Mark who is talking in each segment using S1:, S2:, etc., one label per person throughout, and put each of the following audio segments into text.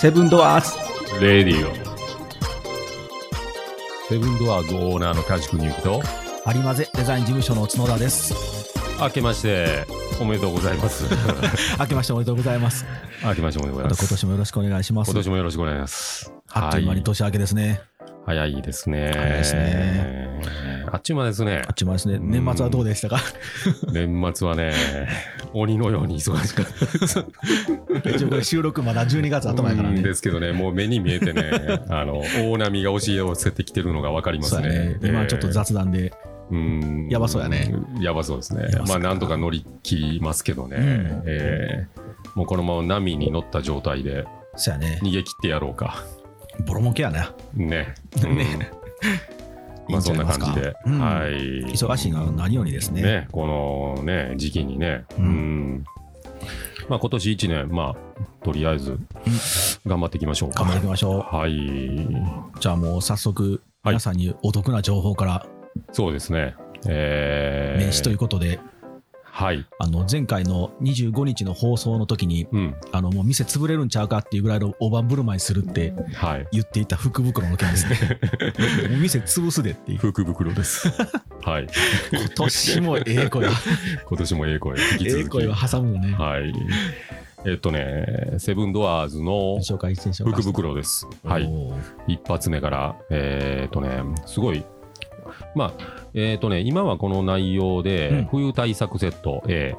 S1: セブンドアーズ
S2: レディオ。セブンドアーズオーナーの梶君ゆきと、
S3: 有馬ぜデザイン事務所の角田です。
S2: 明けまして、おめでとうございます。
S3: 明けましておめでとうございます。
S2: 明けましておめでとうござい
S3: また
S2: ます。
S3: 今年もよろしくお願いします。
S2: 今年もよろしくお願いします。
S3: あっという間に年明けですね。
S2: はい早いですね。
S3: 早いですね
S2: あっちゅう間ですね
S3: あ。っちまですね。
S2: うん
S3: 年末はどうで したか
S2: 年末はね、鬼のように忙しかった。
S3: 一応これ収録まだ12月頭やから
S2: うん
S3: ね。
S2: ですけどね、もう目に見えてね、あの、大波が押し寄せてきてるのがわかりま
S3: そ
S2: す
S3: うやね
S2: ね。。
S3: 今はちょっと雑談で。
S2: うん
S3: やばそうやね。
S2: やばそうですね
S3: やば。
S2: ま
S3: そ
S2: あ、
S3: う
S2: なんとか乗り切りますけどね。
S3: うん
S2: えーもうこのまま波に乗った状態で
S3: そうやね。
S2: 逃げ切ってやろうか。
S3: ボロモケやな。
S2: ね。うん
S3: ね
S2: まあ、そんな感じで。
S3: いいんちゃいますかうん
S2: はい。
S3: 忙しいのは何よりですね。
S2: ね、このね、時期にね。
S3: うん
S2: うんまあ、今年一年、まあ、とりあえず、頑張っていきましょうか。
S3: 頑張っていきましょ
S2: はい。
S3: う。じゃあもう早速、
S2: はい
S3: 皆さんにお得な情報から
S2: そうですね。えー
S3: 名刺ということで、
S2: はい。
S3: あの前回の25日の放送の時に、
S2: うん。
S3: あのもう店潰れるんちゃうかっていうぐらいの大盤振る舞いするって
S2: はい。
S3: 言っていた福袋の件です ね。もう店潰すでっていう。
S2: 福袋です。はい。
S3: 今年もええ声は、
S2: 今年もええ声、引き
S3: ええ
S2: 続き。
S3: 声は挟むよね。
S2: はい。えっとね、セブンドアーズの
S3: 紹介して紹介
S2: 福
S3: して。
S2: 袋です。はい。
S3: おー。
S2: 一発目から、えっとね、すごい。まあ、えっとね、今はこの内容
S3: うん
S2: で、冬対策セット A、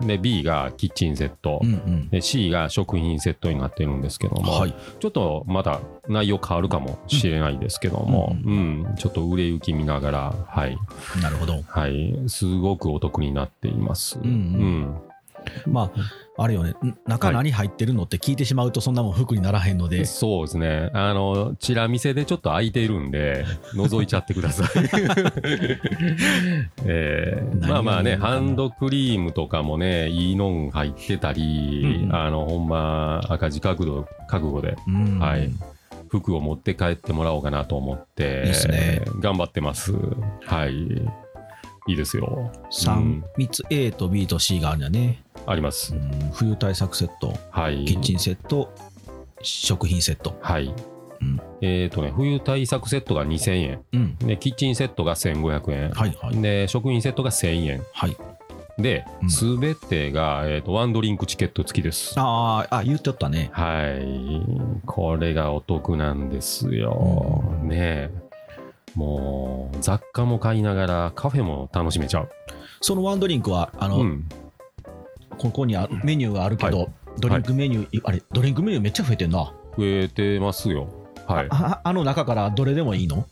S3: うん。
S2: で、B がキッチンセット
S3: う、んうん。
S2: で C が食品セットになってるんですけども、
S3: はい。
S2: ちょっとまだ内容変わるかもしれないですけども、
S3: う
S2: うん、ちょっと売れ行き見ながら、はい、
S3: なるほど。
S2: はい、すごくお得になっています。
S3: うんまあ、あれよね、ん中何入ってるのって聞いてしまうと、そんなもん服にならへんの
S2: うん
S3: で、
S2: そうですね。あの、チラ見せでちょっと空いてる んで、覗いちゃってください。 え
S3: 何
S2: ー
S3: が
S2: まあまあ
S3: い
S2: ね、
S3: いのかな
S2: ハンドクリームとかもね、いいのん入ってたり、
S3: うん
S2: あの、ほんま赤字覚悟覚悟で
S3: うん
S2: はい服を持って帰ってもらおうかなと思って
S3: いいっすね
S2: 頑張ってますはいいいですよう
S3: 三
S2: ん
S3: 三つ A と B と C があるんだね。
S2: ありま
S3: う
S2: す
S3: ん冬対策セット、
S2: はい
S3: キッチンセット、食品セット。
S2: はい、
S3: うん
S2: えっ、とね冬対策セットが2000円
S3: うん。
S2: でキッチンセットが1500円、
S3: はいはい。
S2: で食品セットが1000円
S3: はい。
S2: で
S3: うん
S2: すべ、てが、えー、とワンドリンクチケット付きです
S3: あーあ、言っておったね。
S2: はいこれがお得なんですよ、ねえもう雑貨も買いながらカフェも楽しめちゃう、
S3: そのワンドリンクは、あの、
S2: うん、
S3: ここにあメニューがあるけど、ドリンクメニュー、いあれ、ドリンクメニューめっちゃ増えてんな。
S2: 増えてますよ。はい。
S3: ああの中からどれでもいいの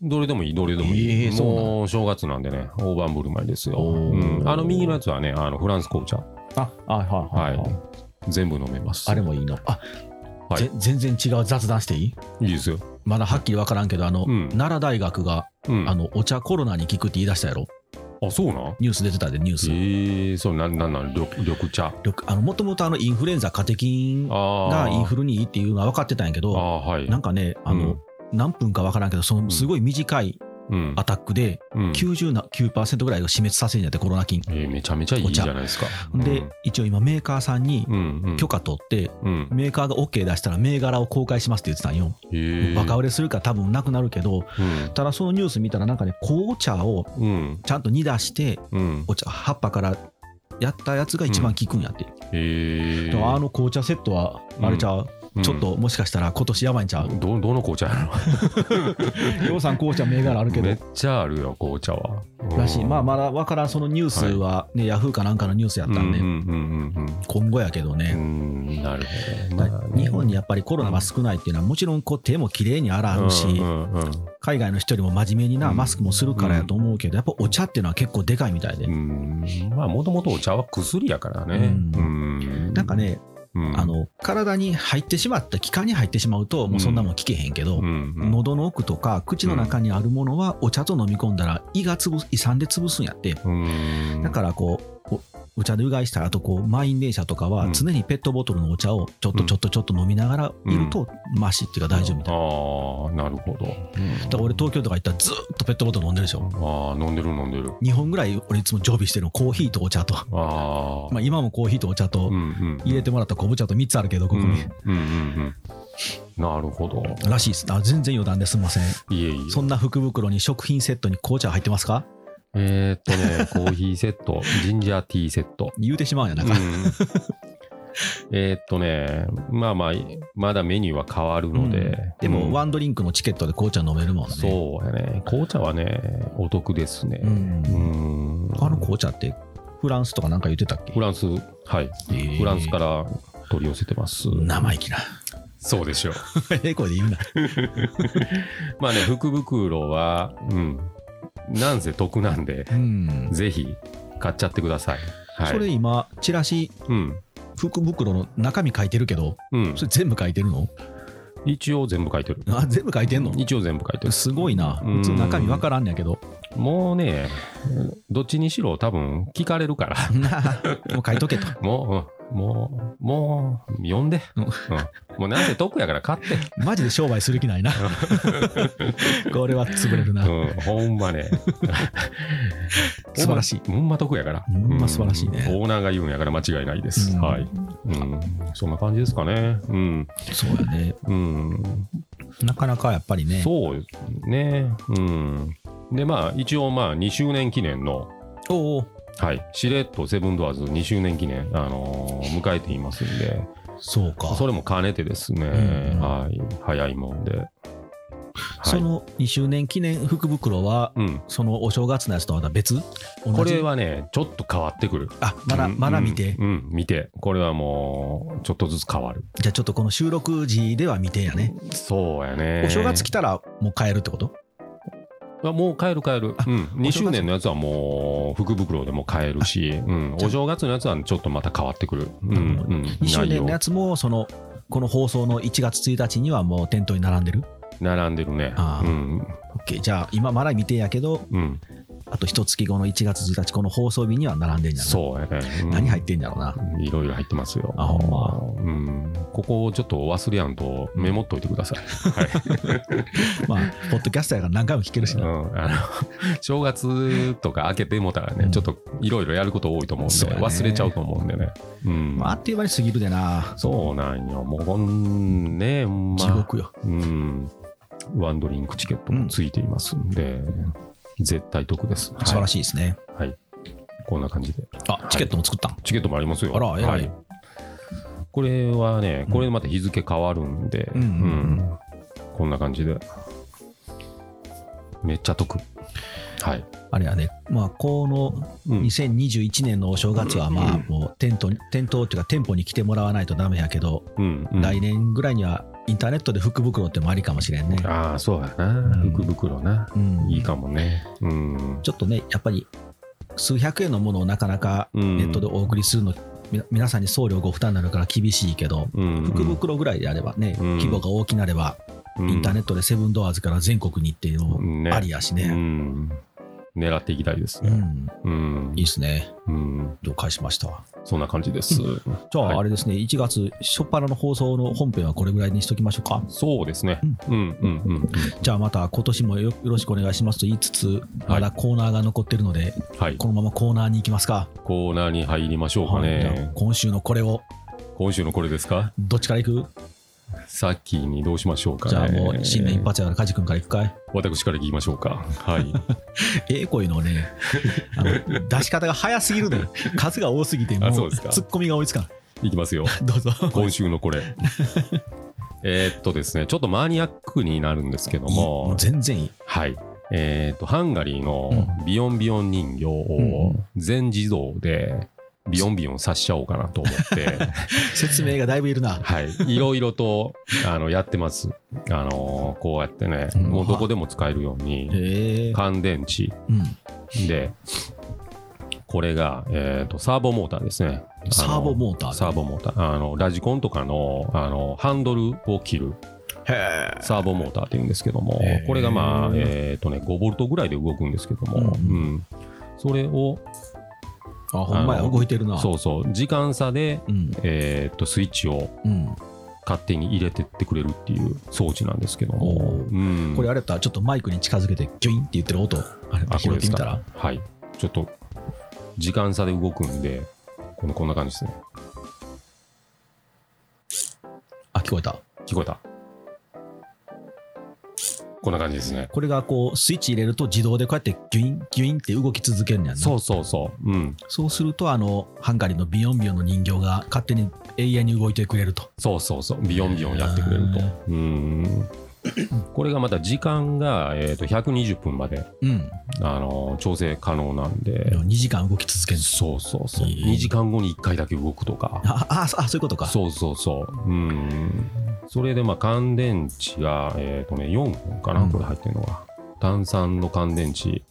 S2: どれでもいい、どれでもいい。
S3: えーそうなん
S2: もう正月なんでね、大盤振る舞いですよ。
S3: おー
S2: うんあの右のやつはね、あのフランス紅茶。
S3: あ、はいは
S2: はい。全部飲めます。
S3: あれもいいの。あ、
S2: はい
S3: ぜ全然違う雑談していい
S2: いいですよ。
S3: まだはっきり分からんけど、あの、
S2: うん
S3: 奈良大学が、
S2: うん。
S3: あの、お茶コロナに効くって言い出したやろ。
S2: あ、そうなん
S3: ニュース出てたで、ニュー
S2: え
S3: ス。
S2: ー、そう、なんなんなん、緑緑茶。
S3: 緑あの、もともとあの、インフルエンザ、カテキン
S2: あ
S3: が
S2: ー
S3: インフルにいいっていうのは分かってたんやけ
S2: あー、
S3: ど、
S2: はい。
S3: なんかね、あの、
S2: うん
S3: 何分か分からんけど、そのすごい短い
S2: うん
S3: アタックで
S2: うん
S3: 99%ぐらいを死滅させるんやって、コロナ菌。
S2: えーめちゃめちゃいいじゃないですか。
S3: で、一応今メーカーさんに
S2: うん、うん。
S3: 許可取って、
S2: うん。
S3: メーカーが OK 出したら銘柄を公開しますって言ってたんよ。
S2: えー、
S3: バカ売れするから多分なくなるけど、
S2: うん。
S3: ただそのニュース見たらなんかね、紅茶を
S2: うん。
S3: ちゃんと煮出して、
S2: うん。
S3: お茶、葉っぱからやったやつが一番効くんやって。
S2: えー、
S3: だからあの紅茶セットは、あれちゃう、
S2: うん
S3: ちょっともしかしたら今年やばいん ちゃう。
S2: ど、どの紅茶やろ
S3: ようさん紅茶銘柄あるけど
S2: めっ。ちゃあるよ紅茶は。
S3: らしい。まあま
S2: だ
S3: だわからん、そのニュースはね、ヤフーかなんかのニュースやったんで、
S2: うんうんうん
S3: 今後やけど
S2: うんう
S3: ね。
S2: ん。なるほど。
S3: だ
S2: ま
S3: か
S2: あ
S3: ら
S2: ね
S3: 日本にやっぱりコロナが少ないっていうのは、もちろんこう手も綺麗に洗うし、
S2: うんうん
S3: 海外の人よりも真面目にな、
S2: うん
S3: マスクもするからやと思うけど、やっぱお茶っていうのは結構でかいみたいで、
S2: うんうんまあもともとお茶は薬やからね。
S3: う
S2: うん
S3: なんか、ね、
S2: うん
S3: あ、の体に入ってしまった、気管に入ってしまうと、もうそんなもん聞けへんけど、
S2: うんうん
S3: 喉の奥とか口の中にあるものはお茶と飲み込んだら胃が潰す胃酸で潰すんやって、
S2: うん
S3: だからこう、おお茶でうがいした後こう満員電車とか
S2: う
S3: は
S2: ん
S3: 常にペットボトルのお茶をちょっとちょっとちょっと飲みながらいると、マシっていうか大丈夫みたいな。
S2: ああ、なるほど。
S3: だから俺東京とか行ったらずーっとペットボトル飲んでるでしょ。
S2: ああ、飲んでる飲んでる。
S3: 2本ぐらい俺いつも常備してるのコーヒーとお茶と。
S2: ああ。
S3: まあ、今もコーヒーとお茶と
S2: うんうん
S3: 入れてもらった昆布茶と3つあるけどここに、
S2: うんうんうんなるほど。
S3: らしいです。あ全然余談です。すみません。
S2: いえいえ。
S3: そんな福袋に食品セットに紅茶入ってますか
S2: えー、っとね、 コーヒーセット、ジンジャーティーセット。
S3: 言うてしまうんやな
S2: うん
S3: か。
S2: えーっとね、まあまあ、まだメニューは変わるの
S3: う
S2: で。
S3: で
S2: う
S3: も、
S2: ん
S3: ワンドリンクのチケットで紅茶飲めるもんね。
S2: そうやね。紅茶はね、お得ですね。
S3: うん
S2: うん。
S3: あの紅茶ってフランスとかなんか言ってたっけ
S2: フランス、はい。
S3: ー
S2: フランスから取り寄せてます。
S3: 生意気な。
S2: そうでしょう。
S3: ええ声で言うな。
S2: まあね、福袋は、うん。なんせ得なんで、
S3: うん。
S2: ぜひ買っちゃってください。はい。
S3: それ今、チラシ、
S2: うん。
S3: 福袋の中身書いてるけど、
S2: うん
S3: そ。れ全部書いてるの
S2: 一応全部書いてる。
S3: あ、全部書いてんの
S2: 一応全部書いてる。
S3: すごいな。
S2: うん
S3: 普通中身わからんやけど。
S2: もうね、どっちにしろ多分聞かれるから。
S3: もう書いとけと。
S2: もう、うんもう、もう、読んで。
S3: うん
S2: うんもうなんせ得やから買って。
S3: マジで商売する気ないな。 これは潰れるな。
S2: うん、ほんまね。
S3: 素晴らしい。
S2: ほんま得やから。
S3: ほんま素晴らしいね
S2: うんオーナーが言うんやから間違いないです。
S3: うん
S2: はい、うん。そんな感じですかね。うん。
S3: そうやね。
S2: うん。
S3: なかなかやっぱりね。
S2: そうね。うん。で、まあ、一応、まあ、2周年記念の、
S3: おお。
S2: はい、しれっとセブンドアーズ2周年記念、あのー迎えていますんで、
S3: そうか。
S2: それも兼ねてですね、
S3: うん
S2: はい、早いもんで。はい
S3: その2周年記念福袋は、
S2: うん、
S3: そのお正月のやつとはまた別同じ
S2: これはね、ちょっと変わってくる。
S3: あまだ
S2: うん
S3: まだ見て、
S2: うん、うん見て。これはもう、ちょっとずつ変わる。
S3: じゃあちょっとこの収録時では見てやね、
S2: そうやね。
S3: お正月来たらもう買えるってこと
S2: あもう帰る帰る。
S3: あ
S2: うん。2
S3: お正
S2: 周
S3: 月
S2: 年のやつはもう、福袋でも買えるし、うん。
S3: じゃあ
S2: お正月のやつはちょっとまた変わってくる。うん。
S3: なるほど
S2: うん
S3: 2周年のや
S2: つ。
S3: つもそのこの放送の1月1日にはもう店頭に並んでる
S2: 並んでるね。
S3: あー
S2: うん。
S3: OK じゃあ今まだ見てやけど
S2: うん。
S3: あと一月後の1月1日この放送日には並んでんじゃろ
S2: そうやね。うん
S3: 何入ってんだろうな、
S2: いろいろ入ってますよ。
S3: あほんま
S2: うん。ここをちょっとお忘れやんとメモっといてください。はい。
S3: まあポッドキャスターやから何回も聞けるし
S2: う
S3: な、
S2: ん、あの 正月とか明けてもたらね、
S3: うん
S2: ちょっといろいろやること多いと思うん
S3: そう
S2: で、
S3: やね
S2: 忘れちゃうと思うんでね。うん
S3: まあ、あっという間に過ぎるでな、
S2: そうなんよ、もうこんね、ま
S3: 地獄よ
S2: うん、ワンドリンクチケットもついていますんで、絶対得です。
S3: 素晴ら
S2: し
S3: しいですね、
S2: い、はい。こんな感じで。
S3: あチケットも作ったん、
S2: チケットもありますよ。
S3: あら偉い
S2: はいこれはね、これまた日付変わるんで、
S3: うんうんうん
S2: うんこんな感じで。めっちゃ得。はい。
S3: あれやね、まあ、この
S2: うん
S3: 2021年のお正月は、まあ、もう店頭に、店頭っていうか、店舗に来てもらわないとダメやけど、
S2: うんうん
S3: 来年ぐらいにはインターネットで福袋ってもありかもしれんね。
S2: ああ、そうやな。
S3: うん
S2: 福袋な。
S3: うん、
S2: いいかもね。うん。
S3: ちょっとね、やっぱり数百円のものをなかなかネットでお送りするの、み皆さんに送料ご負担になるから厳しいけど、
S2: うん、
S3: 福袋ぐらいであればね、
S2: うん
S3: 規模が大きなれば、インターネットでセブンドアーズから全国にっていうの
S2: ね
S3: もありやし
S2: う
S3: ね。
S2: ん。狙っていきたいです
S3: う
S2: ね。
S3: ん、
S2: うん
S3: いい。ですね。
S2: うん。
S3: 了解しましたわ。
S2: そんな感じです。
S3: じゃ
S2: はい
S3: あ、あれですね、1月初っ端の放送の本編はこれぐらいにしときましょうか。
S2: そうですね。うんうんうん。
S3: じゃあ、また今年もよよろしくお願いしますと言いつつ、まだコーナーが残ってるので、
S2: はい。
S3: このままコーナーに行きますか。
S2: コーナーに入りましょうか
S3: はいじゃあ
S2: ね。
S3: 今週のこれを、
S2: 今週のこれですか
S3: どっちから行く
S2: さっきにどうしましょうかね。
S3: じゃあ、もう新年一発やから、梶君から行くかい。
S2: 私から聞きましょうか。 はい。
S3: ええ声のね、あの出し方が早すぎるのよ。数が多すぎて、も
S2: あ
S3: う
S2: そうですか
S3: ツッコミが追いつか
S2: いきますよ。
S3: ん。どうぞ。
S2: 今週のこれ。えーっとですね、ちょっとマニアックになるんですけど
S3: いいも
S2: も
S3: う、全然いい。
S2: はい。えっ、と、ハンガリーのビヨンビヨン人形
S3: うん
S2: を全自動でビヨンビヨンさしちゃおうかなと思 って、
S3: 説明がだいぶいるな。
S2: はい。いろいろと、あの、やってます。あのーこうやってね、
S3: うん
S2: もうどこでも使えるように、
S3: へえ。
S2: 乾電池
S3: うん。
S2: で、これが、えっ、と、サーボモーターですね。あの
S3: サーボモーター。
S2: サーボモーター。あの、ラジコンとかの、あの、ハンドルを切る
S3: へ
S2: サーボモーターっていうんですけども
S3: へー、
S2: これがまあ、えっ、とね、5ボルトぐらいで動くんですけども、
S3: うんう
S2: うんそれを、
S3: あ、ほんまや、
S2: あの
S3: 動いてるな。
S2: そうそう、時間差で、
S3: うん。
S2: えっ、と、スイッチを
S3: うん。
S2: 勝手に入れてってくれるっていう装置なんですけども、
S3: おー
S2: うん
S3: これあれやったらちょっとマイクに近づけてギョインって言ってる音あれ
S2: あこ
S3: 拾っ
S2: れで
S3: て
S2: す
S3: みたら
S2: かはい。ちょっと、時間差で動くんで、このこんな感じですね。
S3: あ聞こえた
S2: 聞聞こえた。こんな感じですね。
S3: これがこうスイッチ入れると自動でこうやってギュインギュインって動き続けるんやんな
S2: そうそうそう。うん。
S3: そうするとあのハンガリーのビヨンビヨンの人形が勝手に永遠に動いてくれると
S2: そうそうそう。ビヨンビヨンやってくれると。うん。これがまた時間が、えー、と120分まで、
S3: うん
S2: あのー調整可能なんで。
S3: 2時間動き続ける
S2: そうそうそう。
S3: えー
S2: 2時間後に1回だけ動くとか。
S3: あああそういうことか
S2: そうそうそう。うん。それで、まあ、乾電池が、えっ、とね、4本かな、
S3: うん
S2: これ入ってるのが。炭酸の乾電池、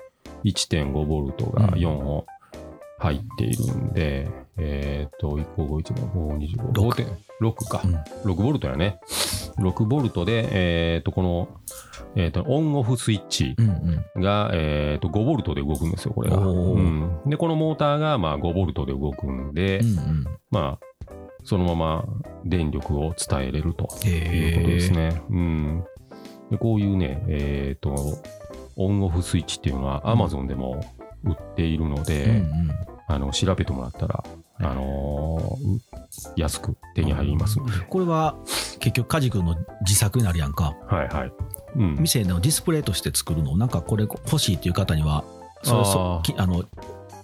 S2: 1.5ボルトが
S3: うん
S2: 4本入っているんで、えっ、と、1個5、1の5、25、
S3: 六
S2: 5.6 6か
S3: う。ん
S2: 6ボルトやね。6ボルトで、えっ、と、この、えっ、と、オンオフスイッチ
S3: うんうん
S2: が、えっ、と、5ボルトで動くんですよ、これが。
S3: お
S2: う
S3: ー
S2: ん。で、このモーターが、まあ、5ボルトで動くんで、
S3: うんうん
S2: まあ、そのまま電力を伝えれるということ
S3: へ
S2: です
S3: え
S2: ね。うん、でこういうね、えーと、オンオフスイッチっていうのは Amazon でも売っているので、
S3: うんうん
S2: あの調べてもらったら、あのー安く手に入りますので。
S3: これは結局カジ君の自作になるやんか
S2: はいはい。うん、
S3: 店のディスプレイとして作るのなんかこれ欲しいっていう方にはそれそ
S2: あー
S3: きあの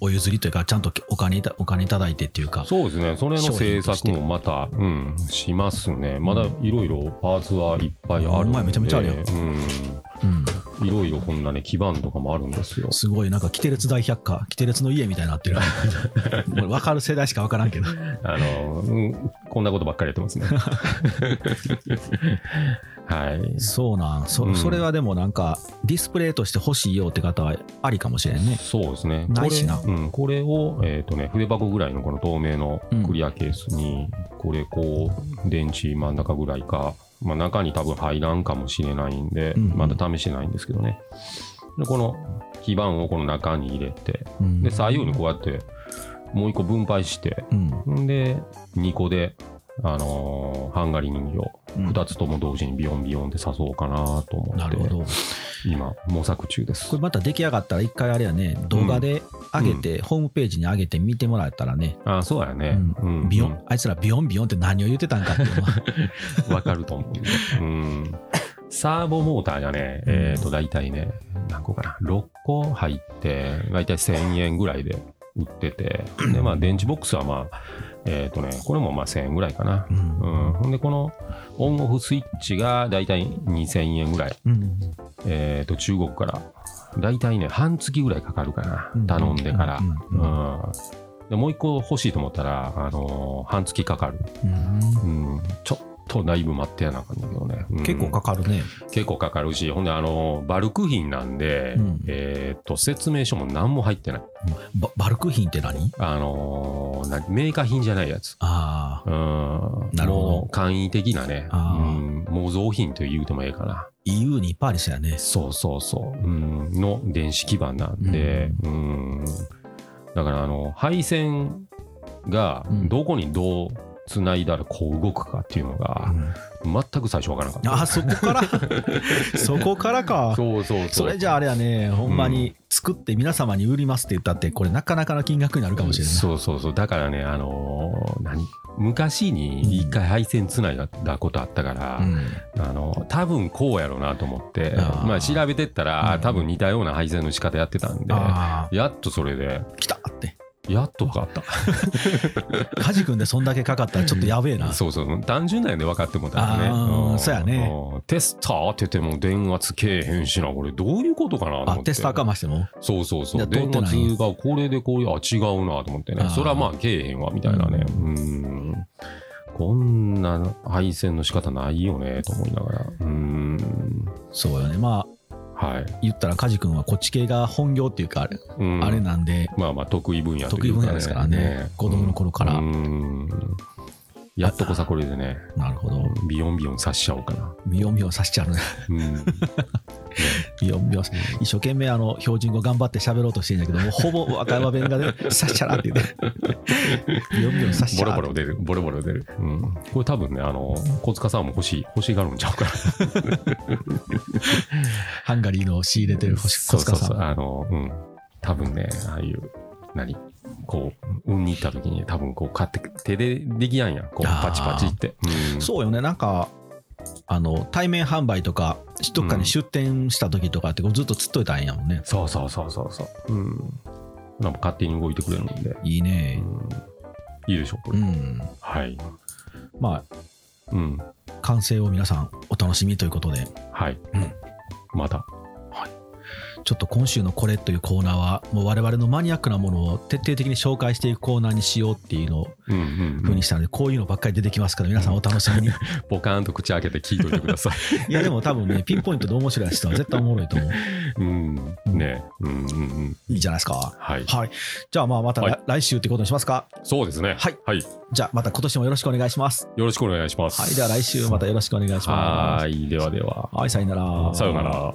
S3: お譲りというかちゃんとお金いたお金いただいてっていうか
S2: そうですね、それの
S3: 商
S2: 制
S3: 品として
S2: 作もまた、うん、しますね。まだいろいろパーツはいっぱいあるんで。
S3: ほんまやめちゃめちゃあるやんうん、
S2: うん。いろいろこんなね、基板とかもあるんですよ。
S3: すごいなんか「キテレツ大百科」「キテレツの家」みたいにな ってるもう分かる世代しか分からんけど
S2: あの、うん、こんなことばっかりやっ てますね。はい。
S3: そうなんそ,、
S2: うん
S3: それはでもなんかディスプレイとして欲しいよって方はありかもしれんね
S2: そうですね。
S3: ないしな
S2: これ,、うん、これを、えっ、とね、筆箱ぐらいのこの透明のクリアケースに、これこう、電池真ん中ぐらいか、まあ中に多分入らんかもしれないんで、
S3: うんうん
S2: まだ試してないんですけどね。で、この基板をこの中に入れて、
S3: うん
S2: で、左右にこうやって、もう一個分配して、
S3: うん
S2: んで、2個で、あのーハンガリー人形、
S3: うん
S2: 2つとも同時にビヨンビヨンで刺そうかなと思
S3: な
S2: っ
S3: るほ
S2: て
S3: ど
S2: 今模索中です
S3: これまた出来上がったら一回あれやね動画で上げて、ホームページに上げて見てもらえたらね
S2: あそうやね、
S3: う
S2: うんん
S3: ビヨンあいつらビヨンビヨンって何を言ってたんかっていうの は
S2: うんわかると思うんで、うん、サーボモーターがねえっ、ー、と大体ね何個かな6個入って大体1000円ぐらいで売っててでまあ電池ボックスはまあえっ、とねこれもまあ1000円ぐらいかな
S3: うん
S2: うん、ほんでこのオンオフスイッチが大体2000円ぐらい
S3: うん
S2: えー、と中国から大体ね半月ぐらいかかるかな、
S3: うん
S2: 頼んでから、
S3: う
S2: うんん
S3: うん
S2: でもう一個欲しいと思ったら、あのー半月かかる、
S3: うん
S2: うん、ちょっとだいぶ待ってやなあかんだけどね、うん
S3: 結構かかるね
S2: 結構かかるしほんで、あのーバルク品なんで、
S3: うん
S2: えー、と説明書も何も入ってない、
S3: ババルク品って何
S2: あのーなメーカー品じゃないやつ。
S3: ああ
S2: うん、
S3: なるほど
S2: もう簡易的なね、う
S3: あー
S2: ん、模造品と言うてもええかな。
S3: EU にいっぱいありそうやね
S2: そうそうそう、うん、の電子基板なんで、うん、だからあの配線が
S3: うん
S2: どこにどうつないだらこう動くかっていうのが
S3: うん
S2: 全く最初わからなかった。
S3: あそこから そこからか
S2: そうそうそう。
S3: それじゃああれやねほんまに作って皆様に売りますって言ったってこれなかなかの金額になるかもしれない
S2: そうそうそう。だからね、あのー何昔に一回配線つないだことあったから、あの多分こうやろうなと思って
S3: あー
S2: まあ、調べてったら、
S3: うん
S2: 多分似たような配線の仕方やってたんで
S3: あ
S2: やっとそれで
S3: あ来たって
S2: やっと分かった。
S3: カジ君でそんだけかかったらちょっとやべえな
S2: そうそう単純なんやで分かってもうたらね
S3: あー
S2: ん
S3: そうやね
S2: うんテスター当てても電圧けえへんしなこれどういうことかなと思っ
S3: あ
S2: て
S3: テスターかましても
S2: そうそう
S3: い
S2: そ
S3: や
S2: う
S3: 通って
S2: 電
S3: ない
S2: 圧がこれでこういうあ違うなと思って
S3: あ
S2: ね
S3: ー
S2: それはまあけえへんわみたいなねうんこんな配線の仕方ないよねと思いながらうん
S3: そうよねまあ
S2: はい、
S3: 言ったらカジ君はこっち系が本業っていうかあれ,、
S2: うん
S3: あれなんで
S2: まあまあ得意分野と
S3: 得
S2: い
S3: 意
S2: うか、
S3: 分野ですからね子供の頃から、
S2: うんやっとこさこれでね
S3: なるほど
S2: ビヨンビヨン刺しちゃおうかな
S3: みよみよさしちゃうね
S2: うん
S3: みよみよ一生懸命あの標準語頑張って喋ろうとしてるんだけどもうほぼ和歌山弁が ねさしちゃらって言ってみ よみよさしち
S2: ボ
S3: ゃら
S2: ロボロ出る、ボロボロ出る。うん、これ多分ね、あの、小塚さんも欲しい、欲しがるんちゃうから。
S3: ハンガリーの仕入れてる星小塚さ
S2: そうそうそうんあの、うん。多分ね、ああいう、何こう、運に行った時に多分こう買って、手でできやんやん。こう、
S3: あー
S2: パチパチって。うん、
S3: そうよねなんかあの対面販売とかどっかに出店した時とかってこうずっとつっといたらええんやもんね、
S2: そうそうそうそうそう。うん。なんか勝手に動いてくれるんで。
S3: いいうね
S2: ん、いいでしょ、こ
S3: う
S2: れ。
S3: ん
S2: はい。
S3: ま
S2: うん。
S3: あ完成を皆さんお楽しみということで
S2: はい。
S3: うん
S2: また。
S3: ちょっと今週のこれというコーナーはもう我々のマニアックなものを徹底的に紹介していくコーナーにしようっていうのを
S2: うんうんう
S3: 風
S2: ん
S3: にしたのでこういうのばっかり出てきますから皆さんお楽しみ にい
S2: ポカーンと口開けて聞いといてく ださい。
S3: やでも多分ねピンポイントで面白い人は絶対おもろいと思う
S2: うん。ねうんうんうん。
S3: いいじゃないですか
S2: はい。
S3: はいじゃあまあまた来,、
S2: はい
S3: 来週ってことにしますか
S2: そうですね。
S3: はい。
S2: はい。
S3: じゃあまた今年もよろしくお願いします
S2: よろしくお願いします。
S3: はいでは来週またよろしくお願いします
S2: はーい。ではでは。
S3: はいさよなら
S2: さようなら。